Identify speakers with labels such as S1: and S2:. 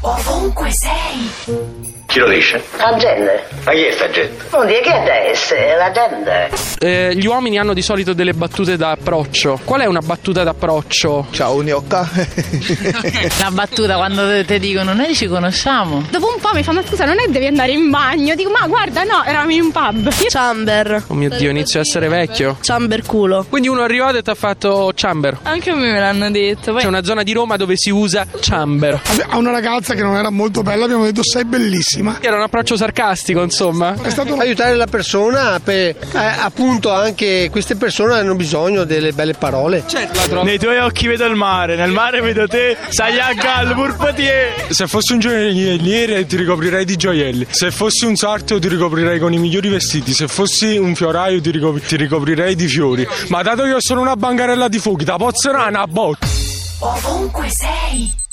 S1: Ovunque sei.
S2: Chi lo dice?
S3: La gente.
S2: Ma chi è sta gente?
S3: Non dire che è essere, la gente.
S4: Eh, gli uomini hanno di solito delle battute d'approccio. Qual è una battuta d'approccio? Cioè,
S5: Ciao gnocca.
S6: La battuta quando te- te dicono noi ci conosciamo.
S7: Dopo un po' mi fanno scusa, non è devi andare in bagno? Dico, ma guarda, no, eravamo in un pub.
S8: Chamber.
S4: Oh mio dio, inizio a essere vecchio.
S8: Chamber culo. Eh.
S4: Quindi uno è arrivato e ti ha fatto chamber.
S8: Anche a me me l'hanno detto.
S4: C'è una zona di Roma dove si usa chamber.
S9: A una ragazza che non era molto bella abbiamo detto sei bellissima.
S4: Era un approccio sarcastico, insomma.
S9: È stato un...
S5: Aiutare la persona per eh, appunto anche queste persone hanno bisogno delle belle parole.
S10: Nei tuoi occhi vedo il mare, nel mare vedo te, Sayaka al Burpatier. Se fossi un gioielliere ti ricoprirei di gioielli. Se fossi un sarto ti ricoprirei con i migliori vestiti. Se fossi un fioraio ti, ricop- ti ricoprirei di fiori. Ma dato che io sono una bancarella di fuochi, da pozzerana a botte.
S1: Ovunque sei.